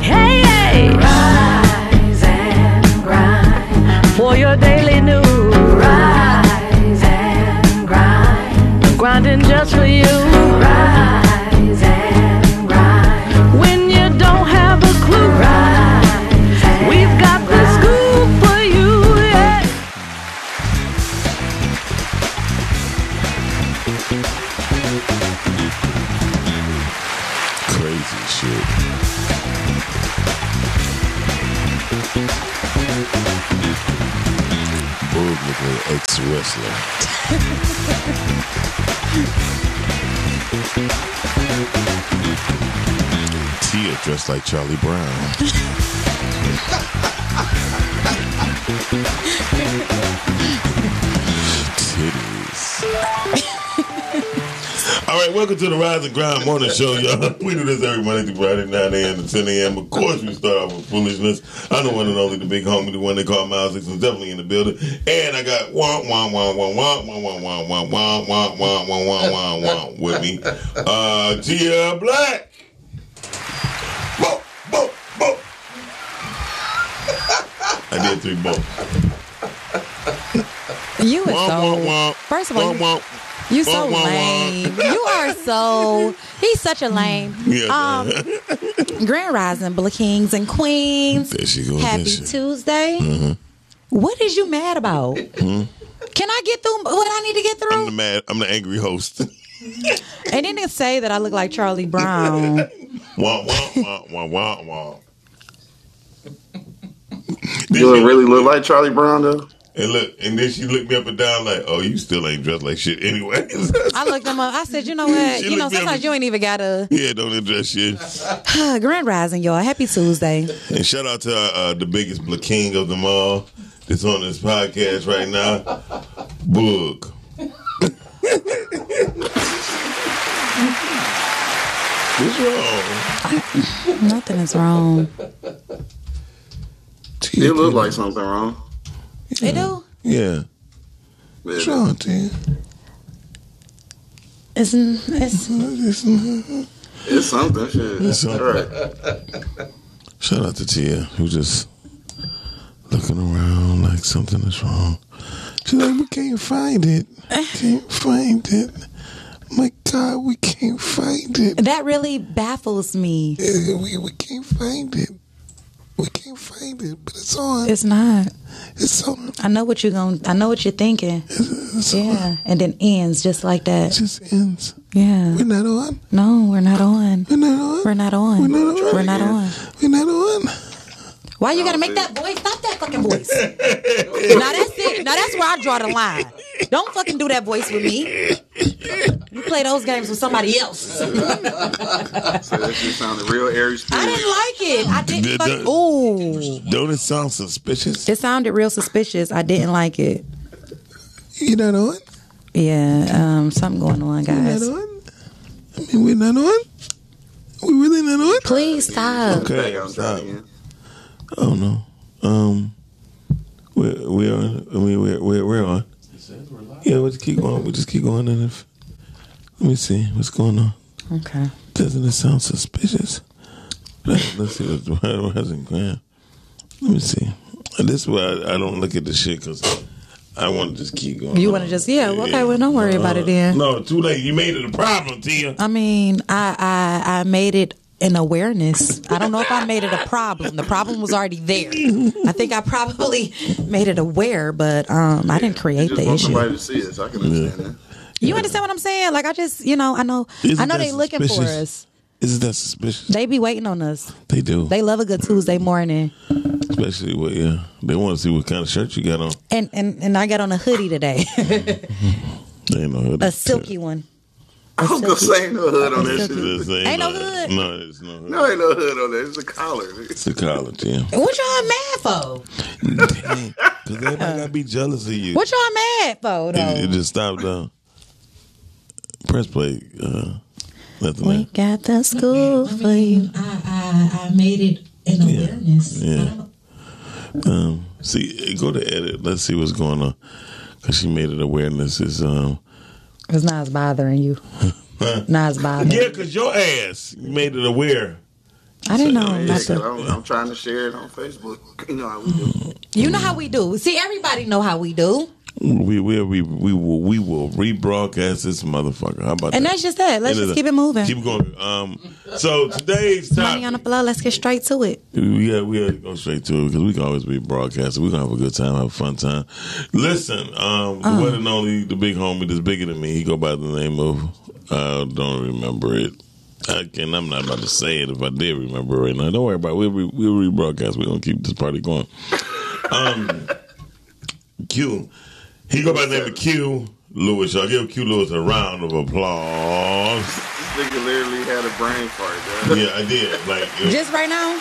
Hey, hey! Rise and grind. For your daily news, Rise and grind. grinding just for you. Rise and grind. When you don't have a clue, Rise and we've got the scoop for you. Yeah. Crazy shit. Boog nigga, ex wrestler. Tia dressed like Charlie Brown. Titties. All right, welcome to the Rise and Grind Morning Show, y'all. We do this every Monday through Friday, 9 a.m. to 10 a.m. Of course, we start off with foolishness. I'm the one and only, the big homie, the one they call Miles Dixon, definitely in the building. And I got wah, wah, wah, wah, wah, wah, wah, wah, wah, wah, wah, wah, wah, wah, wah, wah, with me. Uh, Gia Black. Bo, bo, bo. I did three bo. You are Wah, wah, so. wah. First of all, you- Wah, wah. you so wah, wah, wah. lame. You are so. He's such a lame. Yeah, Um, Grand Rising, Black Kings and Queens. There she goes. Happy there she- Tuesday. Mm-hmm. What is you mad about? Can I get through what I need to get Hmm? I'm through? the mad. I'm the angry host. and then they say that I look like Charlie Brown. wah wah wah wah wah wah. Do it really look like Charlie Brown though? And look, and then she looked me up and down like, "Oh, you still ain't dressed like shit, anyway." I looked him up. I said, you know what? She you know, looked at sometimes me. you ain't even got to. yeah, don't address shit. Grand Rising, y'all. Happy Tuesday. And shout out to uh, the biggest black king of them all that's on this podcast right now, Boog. What's wrong? Nothing is wrong. It look like something wrong. It do? Yeah. What's Yeah. wrong, Tia? It's, it's It's something. Shit. something. All right. Shout out to Tia, who just looking around like something is wrong. She's like, we can't find it. Can't find it. My God, we can't find it. that really baffles me. Uh, We, we can't find it. We can't find it, but it's on. It's not. It's on. I know what you're going. I know what you're thinking. It's on. Yeah, and then ends just like It that. just ends. Yeah. We're not on. No, we're not on. We're not We're on. not on. We're not on. We're not on. We're not on. Why you gotta make that voice? Stop that fucking voice. now that's it. Now that's where I draw the line. Don't fucking do that voice with me. You play those games with somebody else. So that shit sounded real airy I spirit. didn't like it. I didn't. Did Fucking, that- ooh. Don't it sound suspicious? It sounded real suspicious. I didn't like it. You're not on. Yeah, um, something going on, guys. We're not on. I mean, we're not on. We're really not on. Please stop. Okay. Hey, I'm stop. trying again. Oh no. Um, we're we're on. I mean, we're we're, we're on. Yeah, we'll just keep going. We'll just keep going. And if let me see what's going on. Okay. Doesn't it sound suspicious? Let- Let's see what's rising ground. Let me see. Uh, This is why I, I don't look at the shit because I want to just keep going. You on. want to just yeah? well, Okay, well, don't worry about it then. No, too late. You made it a problem, Tia. I mean, I, I I made it an awareness. I don't know if I made it a problem. The problem was already there. I think I probably made it aware, but um, I didn't You create just the want somebody issue. to see us. I can understand that. You understand what I'm saying? Like I just, you know, I know, Isn't I know that they looking for suspicious? us. Isn't that suspicious? They be waiting on us. They do, They love a good Tuesday morning. especially what. Yeah, they want to see what kind of shirt you got on. And and and I got on a hoodie today, They ain't no hood. a silky one. I was gonna say ain't no hood on that shit. This ain't, Ain't no no hood. No, it's no hood. No, ain't no hood on that. It's a collar. It's a college, yeah. What y'all mad for? Because everybody gotta be jealous of you. What y'all mad for It, it though? just stopped. Uh, press play. Uh, That's the name. got the school I mean, I, I, I made it an awareness. Yeah. I don't- Um, see, go to edit. Let's see what's going on. Cause she made it awareness is um. It's not bothering you. Nas bothering. Yeah, cause your ass you made it aware. I didn't know Yeah, about 'cause the. I'm, I'm trying to share it on Facebook. You know how we do. You know how we do. See, everybody know how we do, We we we we will we will rebroadcast this motherfucker. How about and that? that's just that. Let's End of just the- keep it moving. Keep going. Um, so today's topic. Money on the floor. Let's get straight to it. We got we got to go straight to it because we can always be broadcasting. We're gonna have a good time, have a fun time. Listen, um, the one and only the big homie that's bigger than me. He go by the name of I don't remember it. I can I'm not about to say it if I did remember right now. Don't worry about it. We'll re, we'll rebroadcast. We're gonna keep this party going. Um, Q. He go by the name of Q Lewis. Y'all give Q Lewis a round of applause. This nigga literally had a brain fart, dog. Yeah, I did. Like it was- Just right now.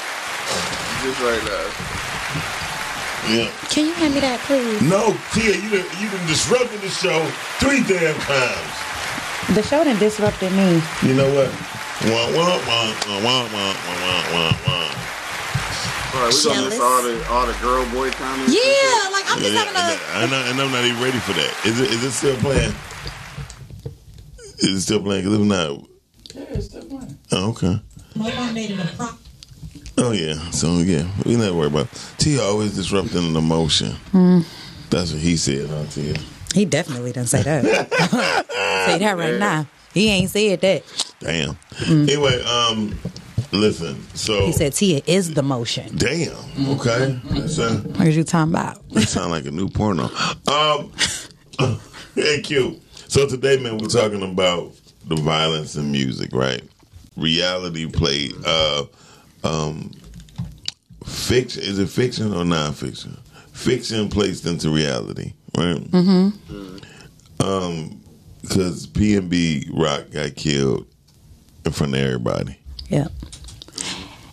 Just uh, right now. yeah. Can you hand me that, please? No, Tia, you done, you done disrupted the show three damn times. The show done disrupted me. You know what? Wah, wah, wah, wah, wah, wah, wah, wah, wah. All right, we gonna miss Jealous. all the all the girl boy comments. Yeah, like I'm just And, having a. I- and I- and I'm not even ready for that. Is it, is it still playing? Is it still playing? Because if not, oh, okay. My mom made it a prop. Oh, yeah. So, yeah, we never worry about it. Tia always disrupting an emotion. Hmm. That's what he said, huh, Tia? He definitely didn't say that. say that right now. He ain't said that. Damn. Hmm. Anyway, um, listen. So, He said Tia is the motion. damn. Okay. That's uh, What are you talking about? That sound like a new porno. Um, thank you. So today, man, we're talking about the violence in music, right? Reality play, uh, um, fiction. Is it fiction or nonfiction? Fiction placed into reality, right? Um, Mm-hmm. Um, because B Rock got killed in front of everybody. Yeah.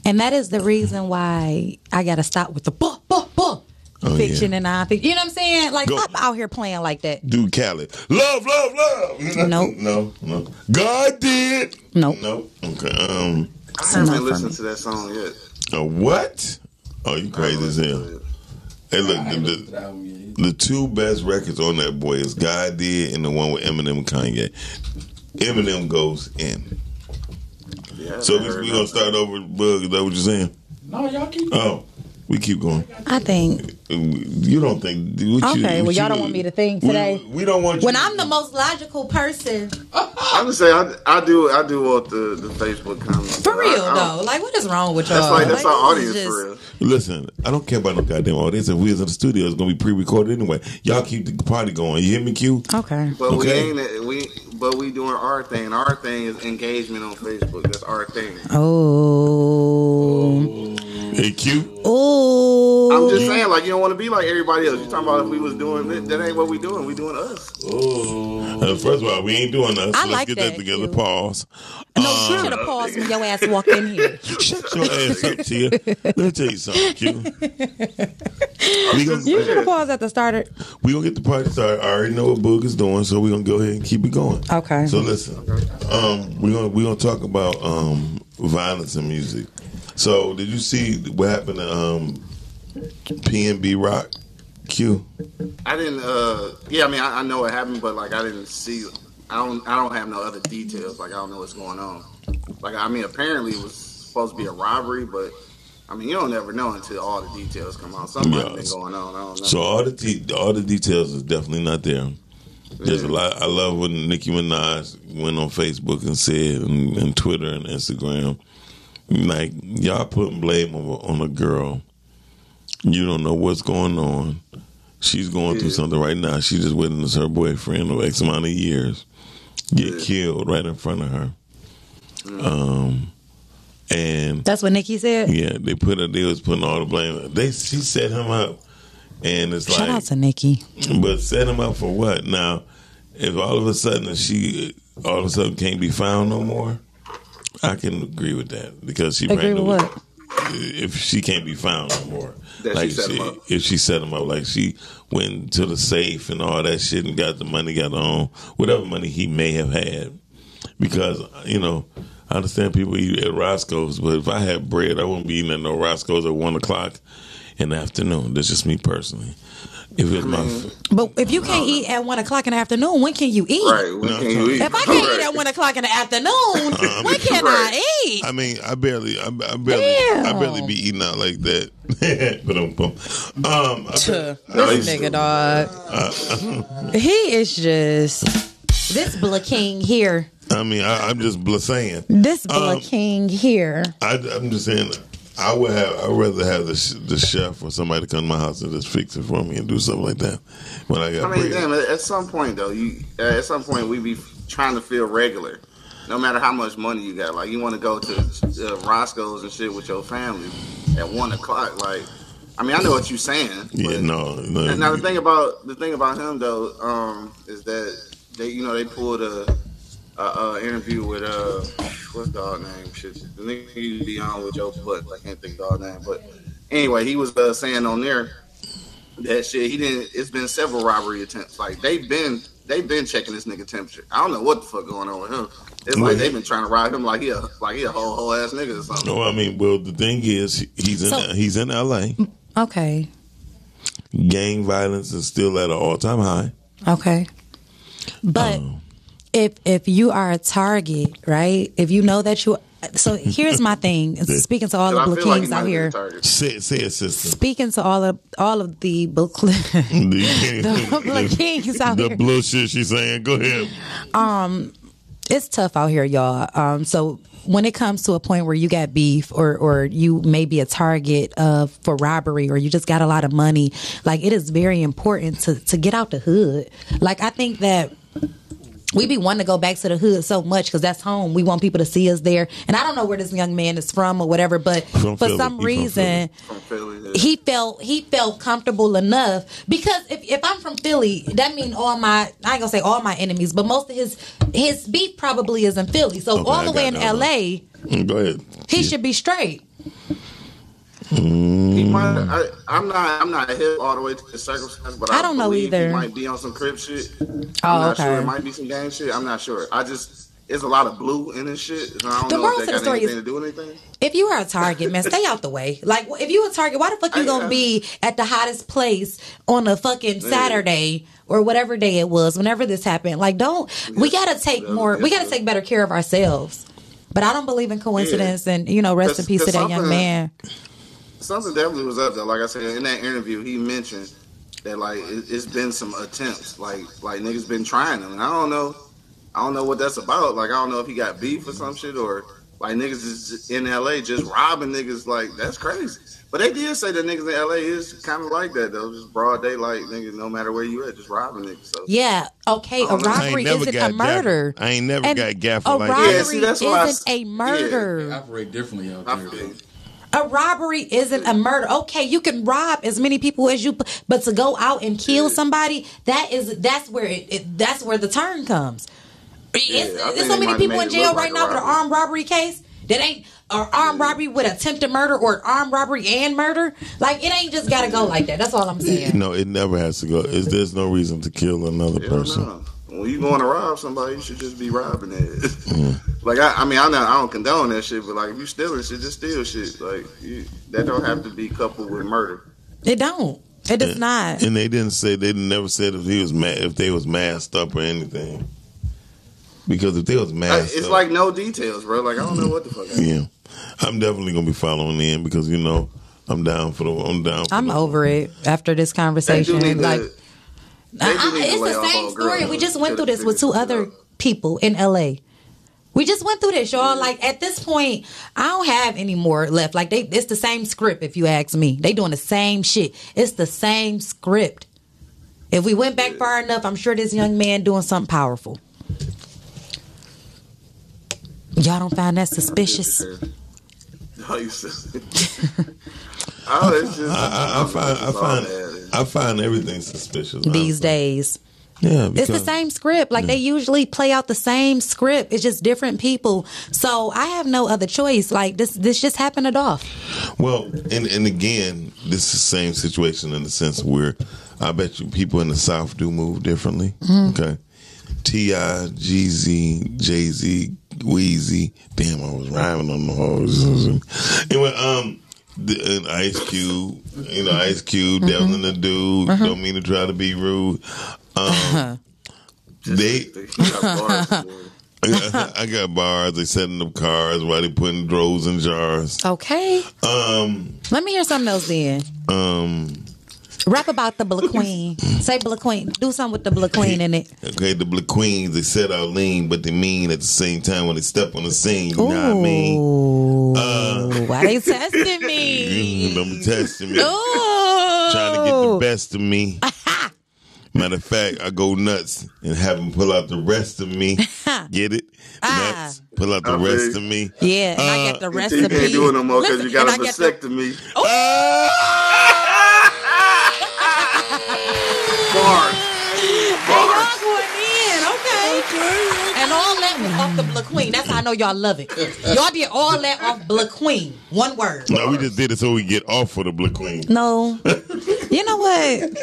And that is the reason why I gotta stop with the buh, buh, buh. Oh, fiction yeah. and nonfiction. You know what I'm saying? Like Go. stop out here playing like that. Dude Khaled. Love, love, love. Nope. No, no. God did. Nope. Nope. Okay. Um, I not haven't for listened me. to that song yet. a what? Oh, you crazy as hell. Hey, look, the, the, the two best records on that boy is God Did and the one with Eminem and Kanye. Eminem goes in. Yeah, So I we're heard going to that. start over, Bug. Is that what you're saying? No, y'all keep. Oh, we keep going. I think You don't think. What you, Okay, well, what y'all you- don't want me to think we- today. We, don't want you when I'm the most logical person. I'm gonna say I, I do I do want the, the Facebook comments. For real I, I don't- though. Like what is wrong with y'all? That's like that's our this audience is for real. Listen, I don't care about no goddamn audience. If we was in the studio, it's gonna be pre-recorded anyway. Y'all keep the party going. You hear me, Q? Okay. But Okay. we ain't we but we doing our thing. Our thing is engagement on Facebook. That's our thing. Oh. Hey, Q. Oh. I'm just saying, like you don't want to be like everybody else. You talking about if we was doing that, that ain't what we doing. We doing us. Uh, first of all, we ain't doing that. So I let's like get that, that, together. Q. Pause. Oh, No, you should have paused when your ass walked in here. Shut your ass up, Tia. Let me tell you something, Q. we You gonna, should have paused at the starter. we gonna get the party started. I already know what Boog is doing, so we're gonna go ahead and keep it going. Okay. So listen, um, we're gonna we're gonna talk about um, violence in music. So did you see what happened to um, PNB Rock? Q. I didn't. uh Yeah, I mean I, I know what happened, but like I didn't see. I don't. I don't have no other details. Like I don't know what's going on. Like I mean, apparently it was supposed to be a robbery, but. I mean, you don't ever know until all the details come out. Something's Yeah. been going on. I don't know. So all the te- all the details is definitely not there. There's a lot. I love when Nicki Minaj went on Facebook and said, and, and Twitter and Instagram, like y'all putting blame on, a- on a girl. You don't know what's going on. She's going through Yeah. something right now. She just witnessed her boyfriend of X amount of years get Yeah. killed right in front of her. Um, and That's what Nikki said. yeah, they put her. They was putting all the blame. They she set him up, and it's Shout like, out to Nikki. but set him up for what? Now, if all of a sudden she all of a sudden can't be found no more, I can agree with that because she Agree ran with the- what? If she can't be found no more, That she like set she- him up. if she set him up, like she went to the safe and all that shit and got the money, got on whatever money he may have had because you know I understand people eat at Roscoe's, but if I had bread, I wouldn't be eating at no Roscoe's at one o'clock in the afternoon. That's just me personally. If it's my But if you can't eat at one o'clock in the afternoon, when can you eat? Right. When No, can you eat? If I can't eat Right. at one o'clock in the Uh, afternoon, when can I eat? I mean, I barely, I, I barely, I barely be eating out like that. but um, um, I Tuh, No, this he's- nigga dog. he is just This black king here. I mean, I, I'm just bl- saying. this black Um, king here. I, am just saying. I would have. I'd rather have the, sh- the chef or somebody come to my house and just fix it for me and do something like that when I I got mean, bread. damn. At at some point, though, you at some point we be trying to feel regular, no matter how much money you got. Like you want to go to uh, Roscoe's and shit with your family at one o'clock. Like, I mean, I know what you're saying. yeah, but- no, no. And now the thing about the thing about him though um, is that they you know they pulled a, a, a interview with uh what's the dog name shit the nigga he used to be on with Joe Buck I can't think of the dog name but anyway he was uh, saying on there that shit he didn't it's been several robbery attempts like they've been they've been checking this nigga temperature I don't know what the fuck going on with him it's like they've been trying to rob him like he a like he a whole whole ass nigga or something no, I mean, well, the thing is, he's in So- he's in L.A. Okay. Gang violence is still at an all time high. Okay. But um, if if you are a target, right? If you know that you so here's my thing. Speaking to all But the I black feel like he kings might out have been here. a target. Say, it- say it, sister. Speaking to all of all of the black the, black kings out the here. blue shit she's saying. Go ahead. it's tough out here, y'all. Um, so when it comes to a point where you got beef or or you may be a target of for robbery or you just got a lot of money, like it is very important to to get out the hood. Like I think that. We be wanting to go back to the hood so much because that's home. We want people to see us there, and I don't know where this young man is from or whatever, but From for Philly. He from some Philly. reason, from Philly yeah. he felt he felt comfortable enough because if, if I'm from Philly, that means all my I ain't gonna say all my enemies, but most of his his beef probably is in Philly. So Okay, all I the way got in that. L.A., Mm, Go ahead. he should be straight. Mm-hmm. He might. I, I'm not. I'm not hip all the way to the circumstance, but I, I don't know believe either. He might be on some crip shit. I'm Oh, not sure. okay. It might be some gang shit. I'm not sure. I just it's a lot of blue in this shit. and I don't The know moral to if that the got story anything is- to do with anything. If you are a target, man, stay out the way. Like if you a target, why the fuck you I- gonna I- be at the hottest place on a fucking Saturday or whatever day it was? Whenever this happened, like don't we gotta take more? We gotta take better care of ourselves. But I don't believe in coincidence, and you know, rest in Cause- peace to cause that young something- man. Something definitely was up though. Like I said in that interview, he mentioned that like it, it's been some attempts. Like like niggas been trying them, and I don't know. I don't know what that's about. Like I don't know if he got beef or some shit or like niggas is in LA just robbing niggas. Like that's crazy. But they did say that niggas in LA is kind of like that though. Just broad daylight niggas, no matter where you at, just robbing niggas. So. Yeah. Okay. A don't know. I ain't robbery never isn't got a murder. gaff- I ain't never And got gaffed A like that. robbery Yeah, see, that's why I isn't s- a murder. They operate differently out I there. feel- A robbery isn't a murder. Okay, you can rob as many people as you, but to go out and kill somebody, that is that's where it, it that's where the turn comes. It's, I think it's so they many might people made in it jail look right like now a with an robbery. armed robbery case that ain't or armed robbery with attempted murder or armed robbery and murder. Like it ain't just gotta go like that. That's all I'm saying. No, it never has to go. Is there's no reason to kill another Hell person? no. When you going to rob somebody, you should just be robbing it. like I, I mean, I not, I don't condone that shit, but like if you stealing shit, just steal shit. Like you, that don't have to be coupled with murder. It don't. It does not. And they didn't say they never said if he was ma if they was masked up or anything. Because if they was Like, masked it's up, like no details, bro. Like I don't know what the fuck. happened. yeah, I'm definitely gonna be following in because you know I'm down for the I'm down. For I'm the, over it after this They do conversation. need to- like they I- do I- need to it's lay the off same all girls story. We just went to through this with two figure other it out. people in LA. We just went through this, y'all. Like at this point, I don't have any more left. Like they, it's the same script. If you ask me, they doing the same shit. It's the same script. If we went back far enough, I'm sure this young man doing something powerful. Y'all don't find that suspicious? No, you said. oh, it's just. I, I, I find I it's all find bad. I find everything suspicious These honestly. days, Yeah, because, it's the same script. Like they usually play out the same script. It's just different people. So I have no other choice. Like this, this just happened at off. Well, and and again, this is the same situation in the sense where I bet you people in the South do move differently. Okay. T.I., Jeezy, Jay Z, Wheezy. Damn, I was rhyming on the horse. Anyway, um, the, and Ice Cube, you know, Ice Cube, Devil and the Dude. Don't mean to try to be rude. Um, they, I got, I got bars. They setting up cars. Why they putting droves in jars? Okay. Um, Let me hear something else then. um. Rap about the Black Queen. Say Black Queen. Do something with the Black Queen in it. Okay, the Black Queens, they set out lean, but they mean at the same time when they step on the scene. You know what I mean? uh, Ooh. Why they testing Mm, me? Them testing me, Ooh. trying to get the best of me. Matter of fact, I go nuts and have them pull out the rest of me. Get it? Ah. Nuts. Pull out the Okay. rest of me. Yeah, and I get the You recipe. can't do it no more because Listen, you got and I a get the- vasectomy. Oh. Ah! Oh, Hey, y'all going in, okay. And all that was off the Black Queen. That's how I know y'all love it. Y'all did all that off Black Queen. One word. No, we just did it so we get off of the Black Queen. No. You know what?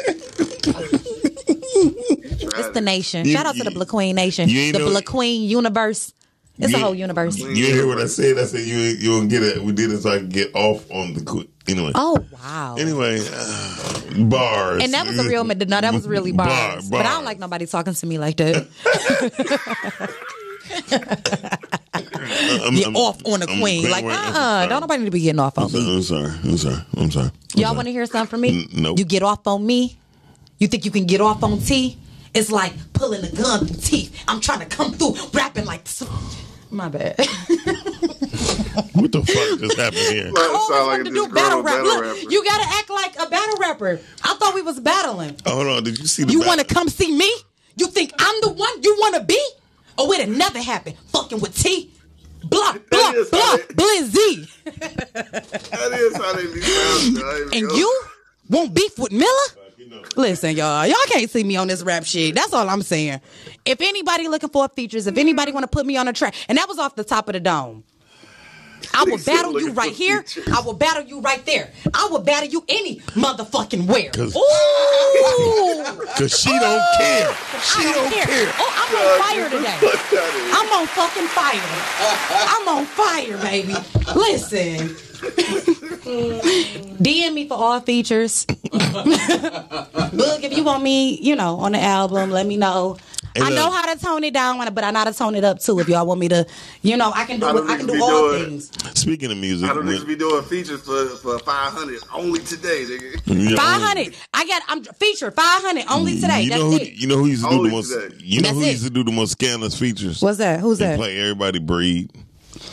It's the nation. You- Shout out to the you- Black Queen Nation. you ain't The know- Black Queen universe. It's a You- whole universe. You didn't hear what I said? I said you ain't- you don't get it. We did it so I can get off on the Queen. Anyway. Oh wow. Anyway, uh, bars. And that was a real no, that was really bars. Bar- But I bars. don't like nobody talking to me like that. I'm, Get I'm- off on a um, I'm queen. great Like uh right now. uh-uh. Don't nobody need to be getting off on me. I'm sorry. I'm sorry. I'm sorry. I'm Y'all sorry. want to hear something from me? N- nope. You get off on me? You think you can get off on T? It's like pulling a gun through teeth. I'm trying to come through rapping like this. My bad. What the fuck just happened here? I always wanted Sound like to a do disgruntled battle rap. battle Look, rapper. you gotta act like a battle rapper. I thought we was battling. Oh, hold on. Did you see the? You back- want to come see me? You think I'm the one you want to be? Or it'll never happen. Fucking with T. Blah, blah, is blah, funny. blizzy. That is how they be sound. And you won't beef with Miller? You know, Listen, y'all, y'all can't see me on this rap shit. That's all I'm saying. If anybody looking for features, if anybody want to put me on a track, and that was off the top of the dome. I will said battle you looking right for here. features. I will battle you right there. I will battle you any motherfucking where. 'Cause- Ooh, Cause she don't care. She Oh, I don't, care. Oh, I'm on fire today. today. I'm on fucking fire. I'm on fire, baby. Listen. DM me for all features. Look, if you want me, you know, on the album, let me know. Hey, I know look. how to tone it down, but I know how to tone it up too. If y'all want me to, you know, I can do I it. don't I can think do we all do it. things. Speaking of music, I don't need to we- be doing features for, for 500 only today, nigga. you know, Five hundred. I got. I'm feature five hundred only Mm, today. You That's know who? it. You know who used to do the Only most? today. You know That's who it. used to do the most scandalous features? What's that? Who's They that? play everybody breed.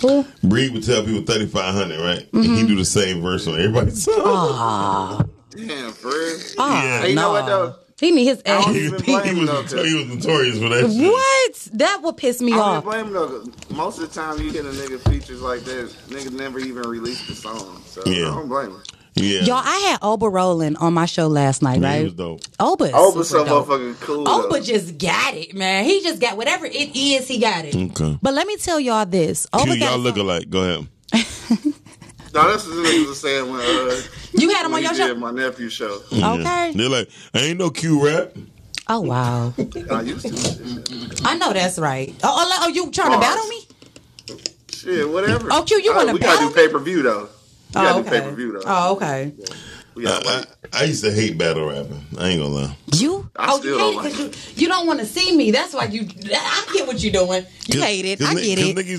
Who? Breed would tell people thirty five hundred, right? And Mm-hmm. he do the same verse on everybody's song. Damn, for real. Ah, Hey, you know nah. what, though? He need his I ass. don't he, even was, blame him, though, notorious, 'cause- he was notorious for that. shit. What? That will piss me I don't even off. blame him, though, 'cause most of the time you hit a nigga features like that, nigga never even released the song. So Yeah. I don't blame him. Yeah. Y'all, I had Oba Roland on my show last night, Yeah, right? he was dope. Oba's super Oba so dope. motherfucking cool. though. Oba just got it, man. He just got whatever it is, he got it. Okay. But let me tell y'all this. Oba Mm. Q, got y'all a look song- alike. Go ahead. No, that's what he was saying when, uh, You had him on when he your did show? my nephew show. Okay. They're like, I ain't no Q rap. Oh, wow. I used to. I know that's right. Oh, oh, oh, you trying to Bars. battle me? Shit, whatever. Oh, Q, you Uh, wanna We gotta battle do pay per view though. We gotta Oh, do okay. pay per view though. Oh, okay. We I, gotta wait. I- I used to hate battle rapping. I ain't gonna lie. You? I oh, you hate still don't it like because you, you don't want to see me. That's why you. I get what you're doing. You hate it. I get it. Cause niggas